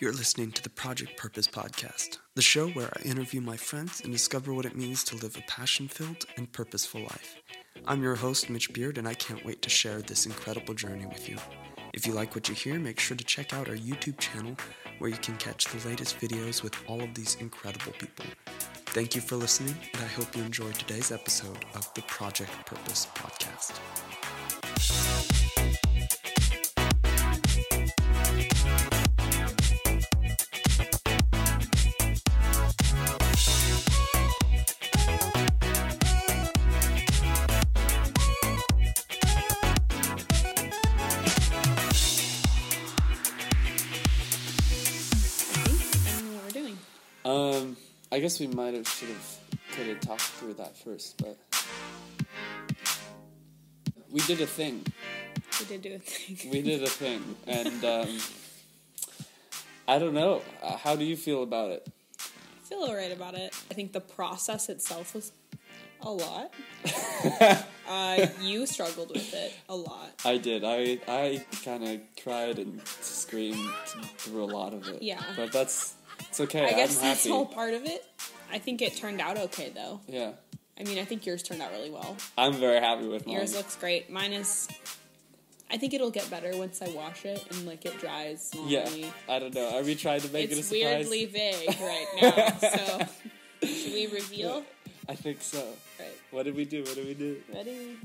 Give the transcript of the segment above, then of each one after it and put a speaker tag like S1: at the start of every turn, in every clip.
S1: You're listening to the Project Purpose Podcast, the show where I interview my friends and discover what it means to live a passion filled and purposeful life. I'm your host, Mitch Beard, and I can't wait to share this incredible journey with you. If you like what you hear, make sure to check out our YouTube channel where you can catch the latest videos with all of these incredible people. Thank you for listening, and I hope you enjoyed today's episode of the Project Purpose Podcast.
S2: I don't know what we're doing.
S1: Um, I guess we might have should have could have talked through that first, but we did a thing.
S2: We did do a thing.
S1: We did a thing, and um, I don't know. Uh, How do you feel about it?
S2: I feel alright about it. I think the process itself was a lot. uh, you struggled with it a lot.
S1: I did. I I kind of cried and screamed through a lot of it.
S2: Yeah.
S1: but that's it's okay.
S2: I guess
S1: am
S2: that's
S1: happy.
S2: all part of it. I think it turned out okay though.
S1: yeah,
S2: I mean, I think yours turned out really well.
S1: I'm very happy with mine.
S2: Yours looks great. Mine is. I think it'll get better once I wash it and like it dries.
S1: yeah,
S2: normally.
S1: I don't know. Are we trying to make it a
S2: It's
S1: surprise?
S2: weirdly vague right now. So, should we reveal?
S1: I think so.
S2: Right.
S1: What did we do? What did we do?
S2: Ready?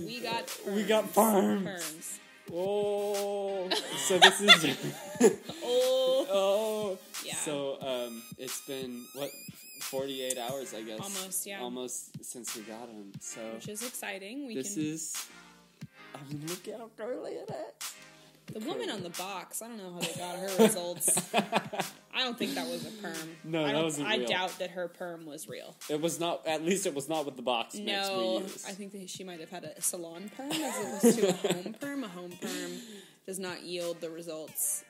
S2: we got perms.
S1: We got perms.
S2: Perms.
S1: Oh, so this is
S2: Oh,
S1: oh.
S2: Yeah.
S1: So um, it's been what forty eight hours, I guess.
S2: Almost, yeah.
S1: Almost since we got him. So
S2: which is exciting. We
S1: this
S2: can.
S1: is. I mean, look how curly it is.
S2: the woman on the box. I don't know how they got her results. I don't think that was a perm.
S1: No,
S2: I
S1: that
S2: don't-
S1: wasn't
S2: I
S1: real.
S2: doubt that her perm was real.
S1: It was not. At least it was not with the box. mix
S2: No,
S1: we used.
S2: I think that she might have had a salon perm as opposed to a home perm. A home perm does not yield the results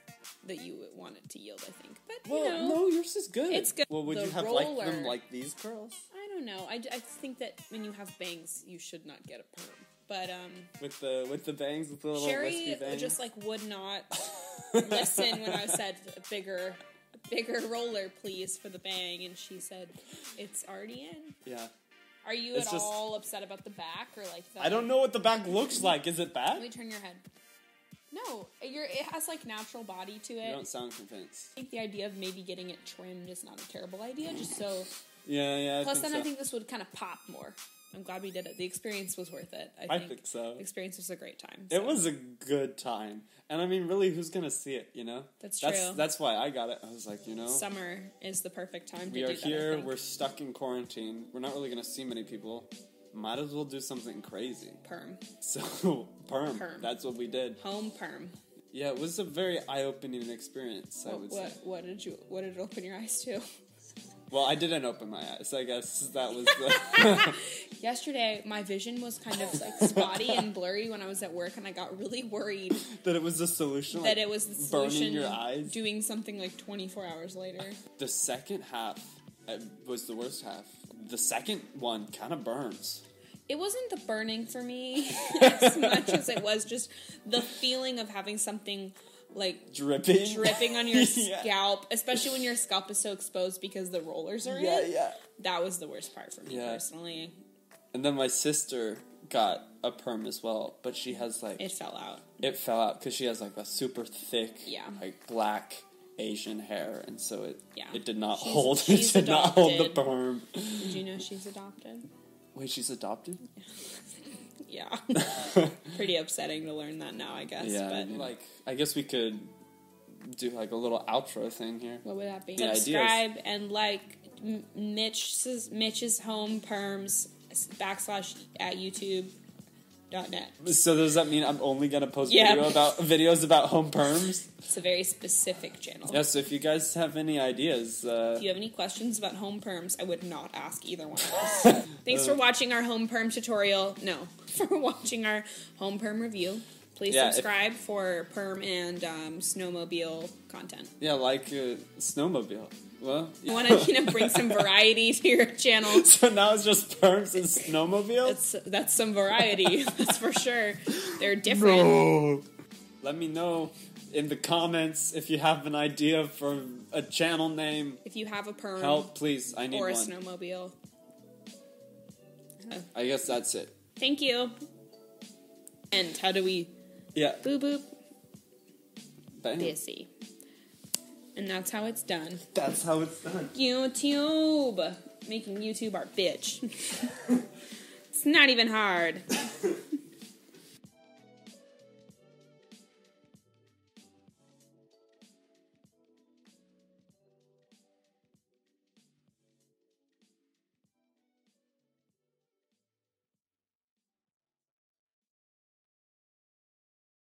S2: that you would want it to yield. I think, but
S1: Well,
S2: you know,
S1: no, yours is good.
S2: It's good.
S1: Well, would
S2: The
S1: you have liked them
S2: roller.
S1: like these curls
S2: I don't know. I, I think that when you have bangs, you should not get a perm. But um,
S1: with the with the bangs with the little wispy
S2: Sherry
S1: bangs?
S2: just like would not listen when I said a bigger, a bigger roller, please for the bang, and she said, "It's already in."
S1: yeah.
S2: Are you
S1: It's
S2: at
S1: just-
S2: all upset about the back or like? The,
S1: I don't know what the back looks like. Is it
S2: Let me
S1: bad?
S2: turn your head. No, you're, it has like natural body to
S1: You
S2: it.
S1: don't sound convinced.
S2: I think the idea of maybe getting it trimmed is not a terrible idea. Just so.
S1: Yeah, yeah. I
S2: Plus,
S1: think
S2: then
S1: so.
S2: I think this would kind of pop more. I'm glad we did it. The experience was worth it. I think,
S1: I think so.
S2: The experience was a great time.
S1: It
S2: so.
S1: was a good time, and I mean, really, who's gonna see it? You know,
S2: That's
S1: That's,
S2: true.
S1: that's why I got it. I was like, you know,
S2: Summer is the perfect time
S1: we
S2: to
S1: are
S2: do that. I
S1: here.
S2: think.
S1: We're stuck in quarantine. We're not really gonna see many people. Might as well do something crazy.
S2: perm.
S1: So perm.
S2: Perm.
S1: That's what we did.
S2: Home perm.
S1: Yeah, it was a very eye-opening experience. I
S2: What,
S1: would
S2: what
S1: say.
S2: what did you what did it open your eyes to?
S1: Well, I didn't open my eyes. I guess that was the.
S2: Yesterday, my vision was kind of like spotty and blurry when I was at work, and I got really worried
S1: that it was the solution.
S2: that
S1: like,
S2: it was the solution.
S1: Burning your eyes.
S2: Doing something like 24 hours later.
S1: the second half uh, was the worst half. The second one kind of burns.
S2: It wasn't the burning for me as much as it was just the feeling of having something like
S1: Dripping.
S2: dripping on your
S1: Yeah.
S2: scalp, especially when your scalp is so exposed because the rollers are
S1: Yeah,
S2: in. it.
S1: yeah.
S2: That was the worst part for me
S1: Yeah.
S2: personally.
S1: And then my sister got a perm as well, but she has like
S2: It
S1: it,
S2: fell out.
S1: fell out because she has like a super thick,
S2: Yeah.
S1: like black Asian hair, and so it
S2: Yeah.
S1: it did not
S2: She's-
S1: hold.
S2: she's
S1: it did not hold the
S2: adopted.
S1: perm.
S2: Did you know she's adopted?
S1: Wait, she's adopted?
S2: Yeah. Pretty upsetting to learn that now, I guess.
S1: yeah.
S2: But
S1: Like I guess we could do like a little outro thing here.
S2: what would that be?
S1: The ideas.
S2: Subscribe and like M- Mitch's Mitch's home perms s- backslash at YouTube dot net.
S1: So does that mean I'm only gonna post
S2: Yeah.
S1: video about videos about home perms?
S2: It's a very specific channel.
S1: yeah. So if you guys have any ideas, uh,
S2: If you have any questions about home perms, I would not ask either one of us. Thanks for watching our home perm tutorial. No, for watching our home perm review. Please
S1: Yeah, if-
S2: subscribe for perm and um, snowmobile content.
S1: yeah, like uh, snowmobile. Well,
S2: I want to you know bring some variety to your channel.
S1: so now it's just perms and snowmobiles.
S2: That's that's some variety. that's for sure. They're different.
S1: No. Let me know in the comments if you have an idea for a channel name.
S2: If you have a perm
S1: Help, please. I need
S2: Um, or a
S1: one.
S2: snowmobile.
S1: I guess that's it.
S2: Thank you. And how do we
S1: Yeah.
S2: boo boop
S1: But anyway,
S2: busy? And that's how it's done.
S1: that's how it's done.
S2: YouTube. Making YouTube our bitch. it's not even hard.